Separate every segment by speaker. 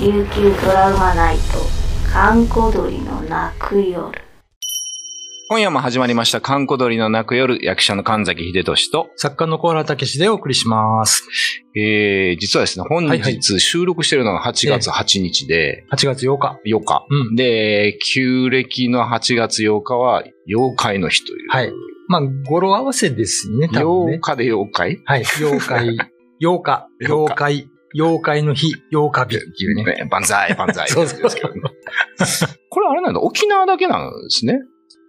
Speaker 1: 琉球ドラマナイト閑古鳥の泣く夜
Speaker 2: 今夜も始まりました、かんこ鳥の泣く夜、役者の神崎秀俊と、
Speaker 3: 作家の小原武史でお送りします。
Speaker 2: えー、実はですね、本
Speaker 3: はいはい
Speaker 2: 日収録してるのが8月8日で、
Speaker 3: 8月8日。
Speaker 2: 8日。
Speaker 3: うん。
Speaker 2: で、旧暦の8月8日は、妖怪の日という。
Speaker 3: はい。まあ、語呂合わせですね、多分
Speaker 2: 8
Speaker 3: ね。
Speaker 2: 日で妖怪
Speaker 3: はい。妖怪、8日、
Speaker 2: 妖
Speaker 3: 妖怪、妖怪の日、8日日っていうね。
Speaker 2: ね万歳、万歳。
Speaker 3: そうそう
Speaker 2: ですけどねこれあれなんだ、沖縄だけなんですね。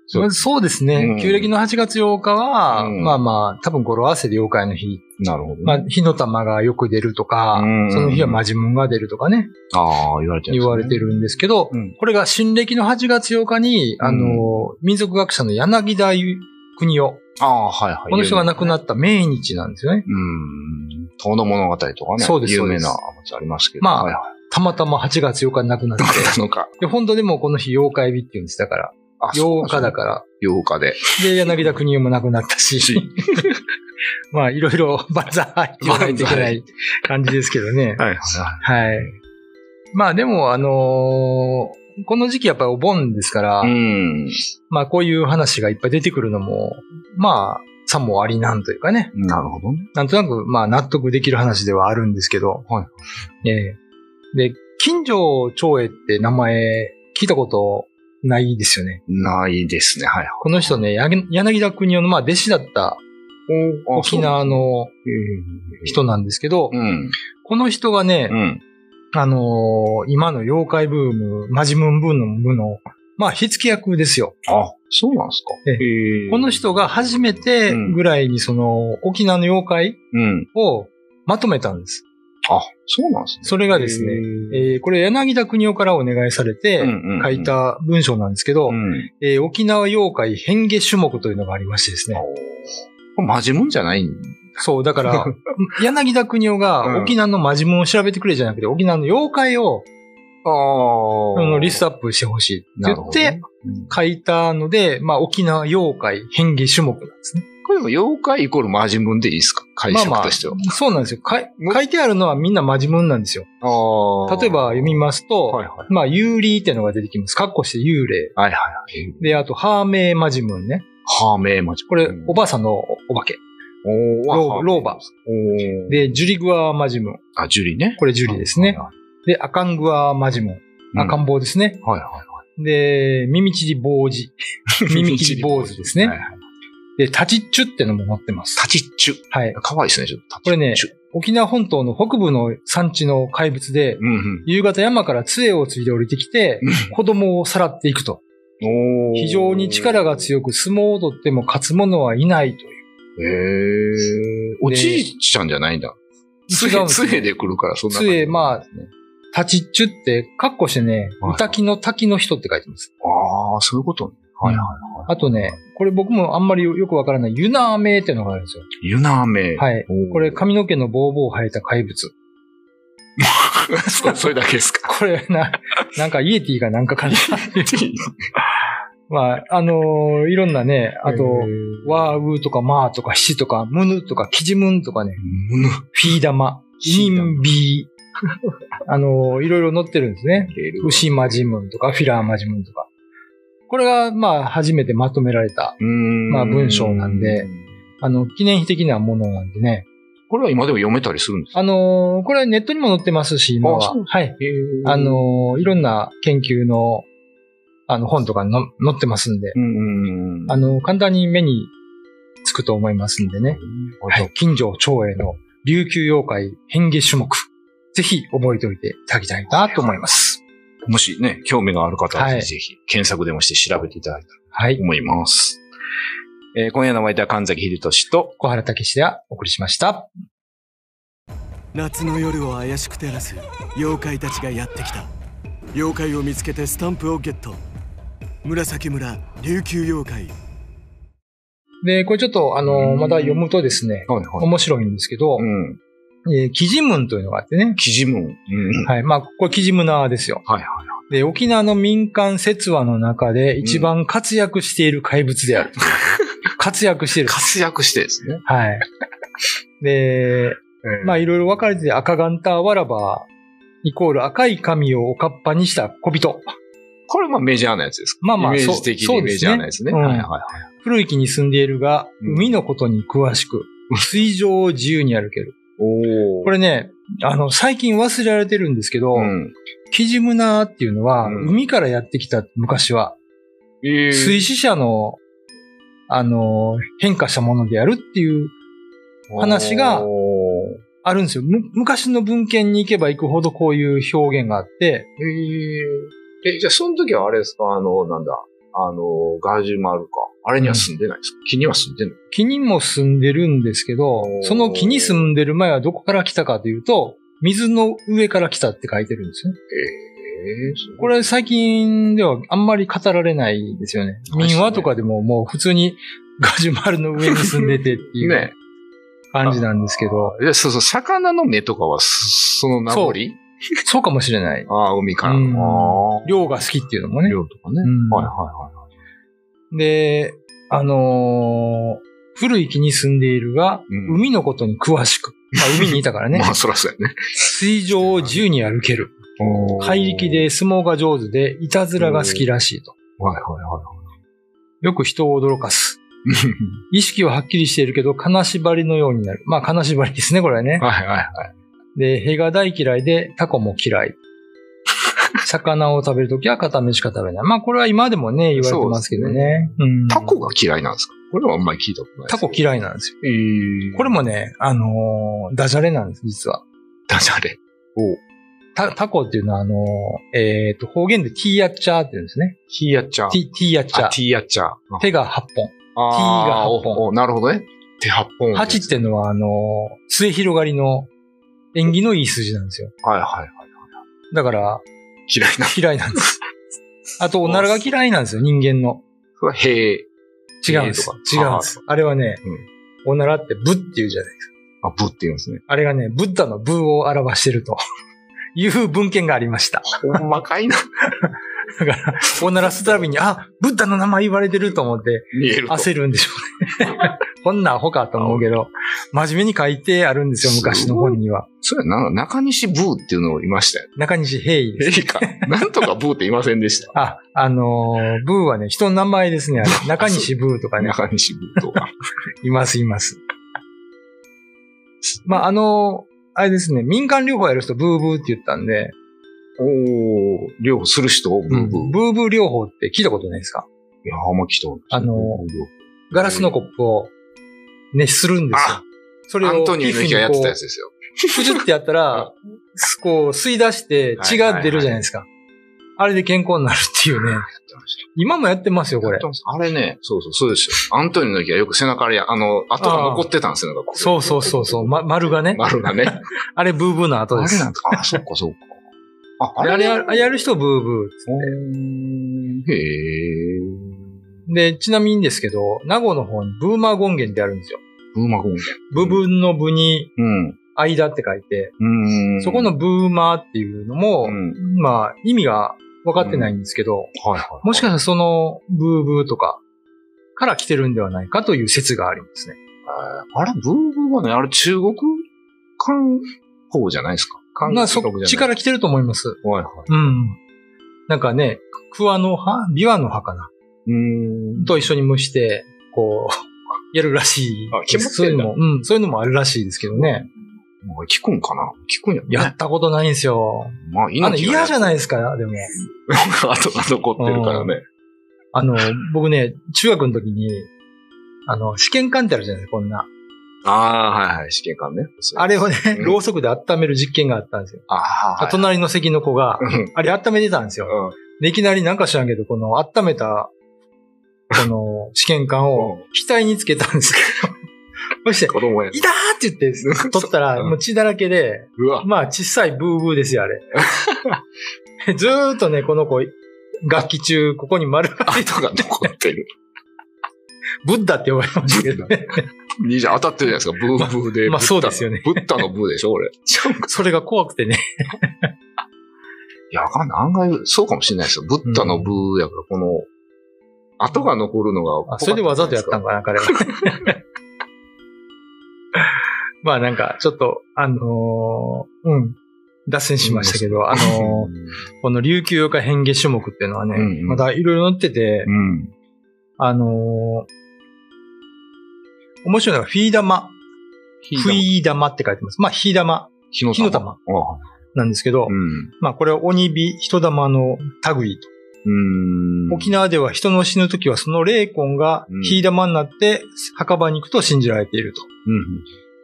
Speaker 2: そう
Speaker 3: まあそうです
Speaker 2: うん
Speaker 3: ね。旧暦の8月8日は、
Speaker 2: うん
Speaker 3: まあまあ、多分語呂合わせで妖怪の日。
Speaker 2: なるほど、ね。
Speaker 3: まあ、火の玉がよく出るとか
Speaker 2: うん、
Speaker 3: その日はマジムンが出るとかね、
Speaker 2: ああ、言われてるんですね、
Speaker 3: 言われてるんですけど、
Speaker 2: うん。
Speaker 3: これが新暦の8月8日に、あの、民族学者の柳田国夫、
Speaker 2: ああ、はいはい。
Speaker 3: この人が亡くな
Speaker 2: っ
Speaker 3: った命日なんですよね。
Speaker 2: うん。遠野物語とかね。
Speaker 3: そうです
Speaker 2: 有
Speaker 3: そう
Speaker 2: 名
Speaker 3: です
Speaker 2: なありますけど。
Speaker 3: まあ
Speaker 2: はい はい
Speaker 3: たまたま8月8日に亡く なって。
Speaker 2: なのか。
Speaker 3: で、本当でもこの日妖怪日って言うんです。だから、
Speaker 2: あ
Speaker 3: 8日だ
Speaker 2: ら。
Speaker 3: か
Speaker 2: 8日で。
Speaker 3: ら。で、柳田国夫も亡くなっ たし、まあ、いろいろバザーって言わないといけない感じですけどね。
Speaker 2: はい。
Speaker 3: はい。まあ、でも、あのーこの時期やっぱりお盆ですから、
Speaker 2: うん。
Speaker 3: まあ、こういう話がいっぱい出てくるのも、まあ、さもありなんというかね。
Speaker 2: なるほどね。
Speaker 3: なんとなく、まあ、納得できる話ではあるんですけど。
Speaker 2: は
Speaker 3: ええで、近所長英って名前聞いたことないですよね。
Speaker 2: ないですね。はいはい。
Speaker 3: この人ね、やげ柳田国夫のまあ弟子だった
Speaker 2: あ
Speaker 3: 沖縄の人なんですけど、
Speaker 2: うん。
Speaker 3: この人がね、
Speaker 2: うん。
Speaker 3: あのー今の妖怪ブーム、マジムンブームの、まあ、火付け役ですよ。
Speaker 2: あ、そうなんですか。
Speaker 3: え
Speaker 2: へえ
Speaker 3: この人が初めてぐらいにその、沖縄の妖怪
Speaker 2: うん。
Speaker 3: をまとめたんです。
Speaker 2: あ、そうなんですね。
Speaker 3: それがですね
Speaker 2: へえ
Speaker 3: えーこれ柳田国夫からお願いされて
Speaker 2: うんうんうん
Speaker 3: 書いた文章なんですけど、
Speaker 2: うん。
Speaker 3: えー沖縄妖怪変化種目というのがありましてですね。
Speaker 2: これマジもんじゃないん
Speaker 3: そう、だから、柳田国夫
Speaker 2: うん
Speaker 3: が沖縄のマジモンを調べてくれじゃなくて、沖縄の妖怪を
Speaker 2: あ
Speaker 3: あのリスト
Speaker 2: アッ
Speaker 3: アップしてほしいって
Speaker 2: な
Speaker 3: 言
Speaker 2: るほ
Speaker 3: っ
Speaker 2: どね
Speaker 3: て書いたので、まあ沖縄妖怪変化種目なんですね。
Speaker 2: これでも妖怪イコールマジムンでいいですか解釈としては。
Speaker 3: そうなんですよ。かい書いてあるのはみんなマジモンなんですよ。
Speaker 2: あ
Speaker 3: 例えば読みますと、
Speaker 2: はいはい。
Speaker 3: まあ幽霊っていうのが出てきます。カッコして幽霊。
Speaker 2: はいはいはい。
Speaker 3: で、あと、ハーメイマジムンね。
Speaker 2: ハーメイマジムン。
Speaker 3: これ、お
Speaker 2: ば、
Speaker 3: ばあさんのお化け。
Speaker 2: お
Speaker 3: 老婆
Speaker 2: おで、
Speaker 3: で、ジュリグアマジムン。
Speaker 2: あ、ジュリね。
Speaker 3: これジュリですね。
Speaker 2: は
Speaker 3: で、アカングアマジムン。
Speaker 2: いはい。
Speaker 3: 赤ん坊ですね。
Speaker 2: うんはい はいは
Speaker 3: で、耳ちり坊主。
Speaker 2: い。
Speaker 3: 耳切り坊主ですね
Speaker 2: はいはい。
Speaker 3: で、タチッチュってのも載ってます。
Speaker 2: タチッチュ。
Speaker 3: はい。
Speaker 2: かわいいですね、ちょっと。
Speaker 3: これね
Speaker 2: タチッチュ
Speaker 3: 沖縄本島の北部の山地の怪物で、
Speaker 2: うんうん。
Speaker 3: 夕方山から杖をついて降りてきて、子供をさらっていくと。
Speaker 2: お
Speaker 3: 非常に力が強く、相撲を取っても勝つ者はいないとい
Speaker 2: い。
Speaker 3: う。
Speaker 2: へえ。お
Speaker 3: で
Speaker 2: じいちゃんじゃないんだ。
Speaker 3: 違う
Speaker 2: 杖、
Speaker 3: んですよ
Speaker 2: 杖で来るから、そんな。
Speaker 3: 杖まあ。タチッチュって、カッコしてね
Speaker 2: はい、
Speaker 3: 歌きの滝の人って書いてます。
Speaker 2: ああ、そういうことね。はいはいはい。
Speaker 3: あとね、これ僕もあんまりよくわからない、ユナーメイっていうのがあるんですよ。
Speaker 2: ユナーメイ。
Speaker 3: はい。
Speaker 2: おー
Speaker 3: これ、髪の毛のボーボー生えた怪物。
Speaker 2: そうそれだけですか。
Speaker 3: これな、なんかイエティがなん かかな。まあ、あのーいろんなね、あと、ワーウーとかマーとかヒシとかムヌとかキジムンとかね、
Speaker 2: むぬ
Speaker 3: フィーダマ、インビー、 あのーいろいろ載ってるんですね。牛マジムンとかフィラーマジムンとか。これが、まあ、初めてまとめられた、
Speaker 2: ま
Speaker 3: まあ文章なんで。あの、記念碑的なものなんでね。
Speaker 2: これは今でも読めたりするんですか
Speaker 3: あのーこれネットにも載ってますし、今
Speaker 2: あ
Speaker 3: は
Speaker 2: そう。
Speaker 3: はい。あ、
Speaker 2: へー
Speaker 3: のーいろんな研究の、あの、本とかにの載ってますんで、
Speaker 2: うんうんうん。
Speaker 3: あのー簡単に目につくと思いますんでね。は
Speaker 2: はい
Speaker 3: い。近所長英の琉球妖怪変化種目。ぜひ覚えておいていただきたいなと思います。
Speaker 2: もしね、興味がある方は
Speaker 3: は
Speaker 2: ぜ
Speaker 3: い
Speaker 2: ひぜひ検索でもして調べていただきたい
Speaker 3: はい
Speaker 2: と。思います。えー今夜のお相手は神崎秀俊と、
Speaker 3: 小原武史ではお送りしました。
Speaker 4: 夏の夜を怪しく照らす妖怪たちがやってきた妖怪を見つけてスタンプをゲット紫村琉球妖怪
Speaker 3: で、これちょっと、あ
Speaker 2: う
Speaker 3: のー
Speaker 2: ん
Speaker 3: また読むとですね、
Speaker 2: はいはい。
Speaker 3: 面白いんですけど
Speaker 2: う、ん。
Speaker 3: えー、キジムンというのがあってね。
Speaker 2: キジムン。うん。
Speaker 3: はい。まあ、これキジムナーですよ。
Speaker 2: はいはい
Speaker 3: で、沖縄の民間説話の中で一番活躍している怪物である。活躍している。
Speaker 2: 活躍してですね。
Speaker 3: はい。で、まあ、いろいろ分かれてて、赤ガンターワラバー、イコール赤い髪をおかっぱにした小人。
Speaker 2: これまあメジャーなやつですか
Speaker 3: まあまあ
Speaker 2: イメー
Speaker 3: そう
Speaker 2: ジ的
Speaker 3: そう
Speaker 2: に
Speaker 3: ですね
Speaker 2: メジャーなやつね。
Speaker 3: うん
Speaker 2: はいはいはい。
Speaker 3: 古い木に住んでいるが、
Speaker 2: うん
Speaker 3: 海のことに詳しく、水上を自由に歩ける。
Speaker 2: お
Speaker 3: これね、あの、最近忘れられてるんですけど、
Speaker 2: うん。
Speaker 3: キジムナーっていうのは、
Speaker 2: うん
Speaker 3: 海からやってきた昔は、
Speaker 2: え
Speaker 3: 水死者の、あの、変化したものであるっていう、話が
Speaker 2: お
Speaker 3: あるんですよ。む昔の文献に行けば行くほどこういう表現があって、
Speaker 2: ーえーえ、じゃあその時はあれですかあの、なんだ。あの、ガージュマルか。あれには住んでないですか、木には住んでない。
Speaker 3: 木にも住んでるんですけど
Speaker 2: お、ー
Speaker 3: その木に住んでる前はどこから来たかというと、水の上から来たって書いてるんですね。
Speaker 2: えーそう
Speaker 3: これ最近ではあんまり語られないですよね。
Speaker 2: ですね
Speaker 3: 民話とかでももう普通にガジュマルの上に住んでてって い
Speaker 2: ね
Speaker 3: う。感じなんですけど、
Speaker 2: いやそうそう、魚の目とかはす、その名残
Speaker 3: そうかもしれない。
Speaker 2: ああ、海から
Speaker 3: う
Speaker 2: の。
Speaker 3: ん
Speaker 2: ああ
Speaker 3: 量が好きっていうのもね。
Speaker 2: 量とかね。
Speaker 3: うん
Speaker 2: はいはいはいはい。
Speaker 3: で、あのー古い木に住んでいるが、
Speaker 2: うん
Speaker 3: 海のことに詳しく。まあ、海にいたから ね
Speaker 2: ま。あそらそうやね。
Speaker 3: 水上を自由に歩ける。怪力で相撲が上手で、いたずらが好きらしいと。
Speaker 2: はいはいは
Speaker 3: よく人を驚かす。
Speaker 2: い。
Speaker 3: 意識ははっきりしているけど、金縛りのようになる。まあ、金縛りですね、これは
Speaker 2: は
Speaker 3: ね。
Speaker 2: いはいはい。
Speaker 3: で、屁が大嫌いで、タコも 嫌い。魚を食べるときは片目しか食べない。まあ、これは今でもね、言われてますけどね。うん
Speaker 2: タコが嫌いなんですかこれはあんまり聞いたことない。
Speaker 3: タコ嫌いなんですよ。
Speaker 2: 嫌い。
Speaker 3: これもね、あのーダジャレなんです、実は。
Speaker 2: ダジャレ。
Speaker 3: タタコっていうのは、あのーえっ、と、方言でティーヤッチャーって言うんですね。
Speaker 2: ヒーヤッチャー。
Speaker 3: ティティーヤッチャ
Speaker 2: あ
Speaker 3: ー。
Speaker 2: ティーヤッチャー。あ
Speaker 3: 手が8本。
Speaker 2: あー
Speaker 3: が八本
Speaker 2: おおなるほどね。手8本。
Speaker 3: 8っていうのは、あのー末広がりの縁起のいい数字なんですよ。
Speaker 2: はいはいはい。
Speaker 3: だから、
Speaker 2: 嫌いな。
Speaker 3: 嫌いな んです。あと、おならが嫌いなんですよ、人間の。
Speaker 2: それはへー
Speaker 3: 違うんです
Speaker 2: えー。と
Speaker 3: 違
Speaker 2: か
Speaker 3: うんです。あれはね、おならってブっていうじゃないですか。
Speaker 2: あ、ぶって言うんですね。
Speaker 3: あれがね、ブッダのブを表してると いう文献がありました。
Speaker 2: ほんまかいな。
Speaker 3: だから、おならするたびに、あ、ブッダの名前言われてると思って
Speaker 2: 見えると。
Speaker 3: 焦るんでしょうね。こんなアホかと思うけど、真面目に書いてあるんですよ、昔の本には。
Speaker 2: そうやな。中西ブーっていうのをいましたよ。
Speaker 3: 中西平井です。
Speaker 2: えいか。なんとかブーって言いませんでした。
Speaker 3: あ、あのーブーはね、人の名前です ね、あれ。中西ブーとかね。
Speaker 2: 中西ブーと か。
Speaker 3: います、います。まあ、あの、あれですね、民間療法やる人、ブーブーって言ったんで、
Speaker 2: おー、両方する人ブーブー。
Speaker 3: ブーブー療法って聞いたことないですか
Speaker 2: いや、あんま来たことない
Speaker 3: あのガラスのコップを熱するんですよ
Speaker 2: あ。
Speaker 3: それを
Speaker 2: アントニオ猪木がやってたやつ
Speaker 3: 皮
Speaker 2: ですよ。
Speaker 3: 膚にこうプジュってやったら、すこう吸い出して血が出るじゃないですか。あれで健康になるっていうね。
Speaker 2: やってました
Speaker 3: 今もやってますよ、これ。
Speaker 2: あれね、そうそう、そうですよ。アントニオ猪木はよく背中あれや、あの、跡が残ってたんですよ、なんかこう
Speaker 3: そうそうそうそう、ま、丸がね。
Speaker 2: 丸がね。
Speaker 3: あれブーブーの後です。
Speaker 2: んか。あ、そっかそっか。あ、
Speaker 3: あれ
Speaker 2: あれ
Speaker 3: やるやる人ブーブー。
Speaker 2: へえ。
Speaker 3: で、ちなみにですけど、名護の方にブーマー権現ってあるんですよ。
Speaker 2: ブーマゴン。
Speaker 3: 部分の部に
Speaker 2: うん。
Speaker 3: 間って書いて、
Speaker 2: うん。
Speaker 3: そこの、ブーマーっていうのも、
Speaker 2: うん。
Speaker 3: まあ意味が分かってないんですけど、
Speaker 2: はいはい。
Speaker 3: もしかしたらそのブーブーとかから来てるんではないかという説がありますね。
Speaker 2: あれ、ブーブーはね、あれ中国韓国じゃないですか。韓国
Speaker 3: まあそっちから来てると思います。
Speaker 2: ら。はいはい。
Speaker 3: うん。なんかね、桑の葉琵琶の葉かな
Speaker 2: うん。
Speaker 3: と一緒に蒸して、こう、や るらしい
Speaker 2: あ
Speaker 3: で。
Speaker 2: 決ますっ
Speaker 3: そう
Speaker 2: て
Speaker 3: いうん
Speaker 2: だ
Speaker 3: のも、うん、そういうのもあるらしいですけどね。
Speaker 2: もう聞くんかな聞くんやろね
Speaker 3: やったことないんですよ。
Speaker 2: まあ、
Speaker 3: あの、
Speaker 2: 猪木がや
Speaker 3: 嫌
Speaker 2: っ
Speaker 3: じゃないですか、でも。
Speaker 2: 跡が残ってるからね。
Speaker 3: あの、僕ね、中学の時に、あの、試験管ってあるじゃないですか、こんな。
Speaker 2: ああー、はいはい、試験官ね。
Speaker 3: あれをね、
Speaker 2: うん
Speaker 3: ろうそくで温める実験があったんですよ。
Speaker 2: ああ、
Speaker 3: 隣の席の子が、
Speaker 2: うん。
Speaker 3: あれ温めてたんですよ。
Speaker 2: う
Speaker 3: で、いきなりなんか知らんけど、この温めた、こ の試験管を
Speaker 2: うん
Speaker 3: 額につけたんですけど、 そして
Speaker 2: ん。、子供や
Speaker 3: いたーって言って取ったら、
Speaker 2: うん
Speaker 3: もう血だらけで、
Speaker 2: うわ。
Speaker 3: まあ小さいブーブーですよ、あれ。 ずーっとね、この子、楽器中、ここに丸が、
Speaker 2: 跡が残って る。
Speaker 3: ブッダって呼ばれましたけどね。
Speaker 2: いいじゃん、当たってるじゃないですか。ブーブーで。ブッ
Speaker 3: まあまあ
Speaker 2: ダ
Speaker 3: そうですよね
Speaker 2: ブッダのブーでしょ、俺。い
Speaker 3: それが怖く てね。
Speaker 2: や、わかんない。案外、そうかもしれないですよ。ブッダのブーやから、この、跡が残るのが
Speaker 3: あ、それでわざとやったんかな、彼 は。まあなんか、ちょっと、あのーうん。脱線しましたけど、あの、この琉球妖怪変化種目っていうのはね、
Speaker 2: うんうん
Speaker 3: まだいろいろ載ってて
Speaker 2: う、ん。
Speaker 3: あのー面白いのが、フィー玉。フィー玉って書いてます。まあ、火玉
Speaker 2: 火の玉。
Speaker 3: 火の玉
Speaker 2: あ
Speaker 3: なんですけど、
Speaker 2: うん。
Speaker 3: まあ、これは鬼火、人玉の類と。
Speaker 2: うん。
Speaker 3: 沖縄では人の死ぬ時はその霊魂が
Speaker 2: うん
Speaker 3: 火玉になって墓場に行くと信じられていると。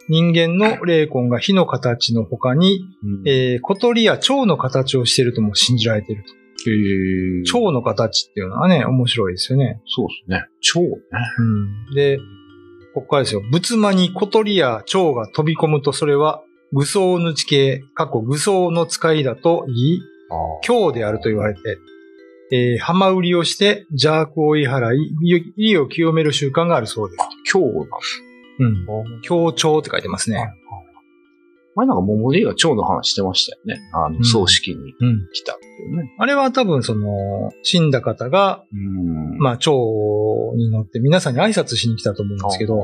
Speaker 3: 人間の霊魂が火の形の他に、
Speaker 2: うん。え
Speaker 3: えー、小鳥や蝶の形をしているとも信じられていると。
Speaker 2: ー、
Speaker 3: 蝶の形っていうのはね、面白いですよね。
Speaker 2: そうですね。蝶ね。
Speaker 3: うん。で、ここからですよ。仏間に小鳥や蝶が飛び込むとそれは、愚僧の地形、過去愚僧の使いだと言い、
Speaker 2: あ
Speaker 3: 今日であると言われて、えー、浜売りをして邪悪を追い払い、意を清める習慣があるそうです。
Speaker 2: 今日だ。
Speaker 3: うん。強調って書いてますね。
Speaker 2: 前なんか桃リが蝶の話してましたよね。あ
Speaker 3: うん
Speaker 2: の、葬式に
Speaker 3: うん。
Speaker 2: 来たっていうね。
Speaker 3: あれは多分その、死んだ方が、
Speaker 2: うん
Speaker 3: まあ、蝶に乗って皆さんに挨拶しに来たと思うんですけど、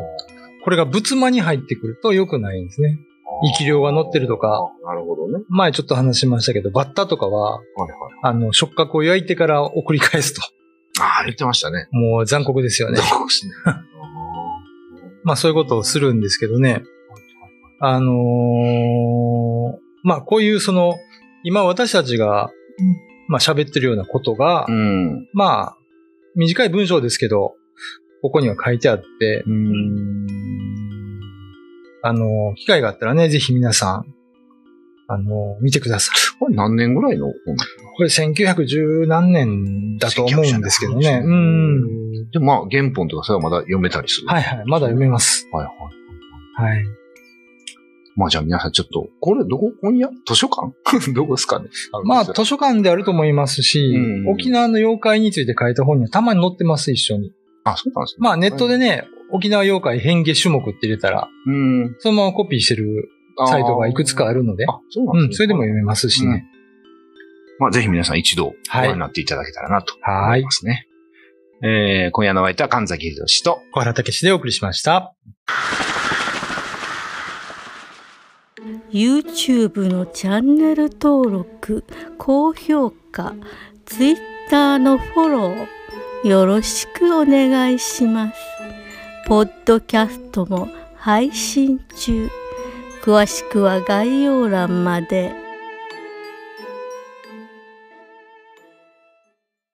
Speaker 3: これが仏間に入ってくると良くないんですね。生き量が乗ってるとか。
Speaker 2: あなるほどね。
Speaker 3: 前ちょっと話しましたけど、バッタとかは、
Speaker 2: はいはい。
Speaker 3: あの、触覚を焼いてから送り返すと。
Speaker 2: ああ、言ってましたね。
Speaker 3: もう残酷で すよね。
Speaker 2: そうですね。あー
Speaker 3: まあそういうことをするんですけどね。あのーまあこういうその、今私たちが、まあ喋ってるようなことが、
Speaker 2: うん。
Speaker 3: まあ、短い文章ですけど、ここには書いてあって、
Speaker 2: うん。
Speaker 3: あのー機会があったらね、ぜひ皆さん、あのー見てください。
Speaker 2: これ何年ぐらいの本
Speaker 3: これ1910何年だと思うんですけどね。う。
Speaker 2: うんん。で、まあ、原本とかそれはまだ読めたりする。
Speaker 3: はいはい。まだ読めます。
Speaker 2: はいはい。
Speaker 3: はい。
Speaker 2: まあ、じゃあ皆さんちょっと、これどこ今夜図書館 どこですかね
Speaker 3: まあ、図書館であると思いますし、
Speaker 2: うん
Speaker 3: 沖縄の妖怪について書いた本にはたまに載ってます、一緒に。
Speaker 2: あ、そうなんですね。
Speaker 3: まあ、ネットでね、沖縄妖怪変化種目って入れたら、
Speaker 2: うん。
Speaker 3: そのままコピーしてるサイトがいくつかあ
Speaker 2: る。
Speaker 3: るので、
Speaker 2: あ、そうなんです
Speaker 3: う
Speaker 2: ね。
Speaker 3: ん、それでも読めますしね。
Speaker 2: まあ、ぜひ皆さん一度ご
Speaker 3: はい
Speaker 2: 覧になっていただけたらなと
Speaker 3: は
Speaker 2: 思
Speaker 3: ー
Speaker 2: い
Speaker 3: い
Speaker 2: ま。すね。えー、今夜のお相手は神崎秀俊と、
Speaker 3: 小原武史でお送りしました。
Speaker 5: YouTube のチャンネル登録高評価 Twitter のフォローよろしくお願いしますポッドキャストも配信中詳しくは概要欄まで。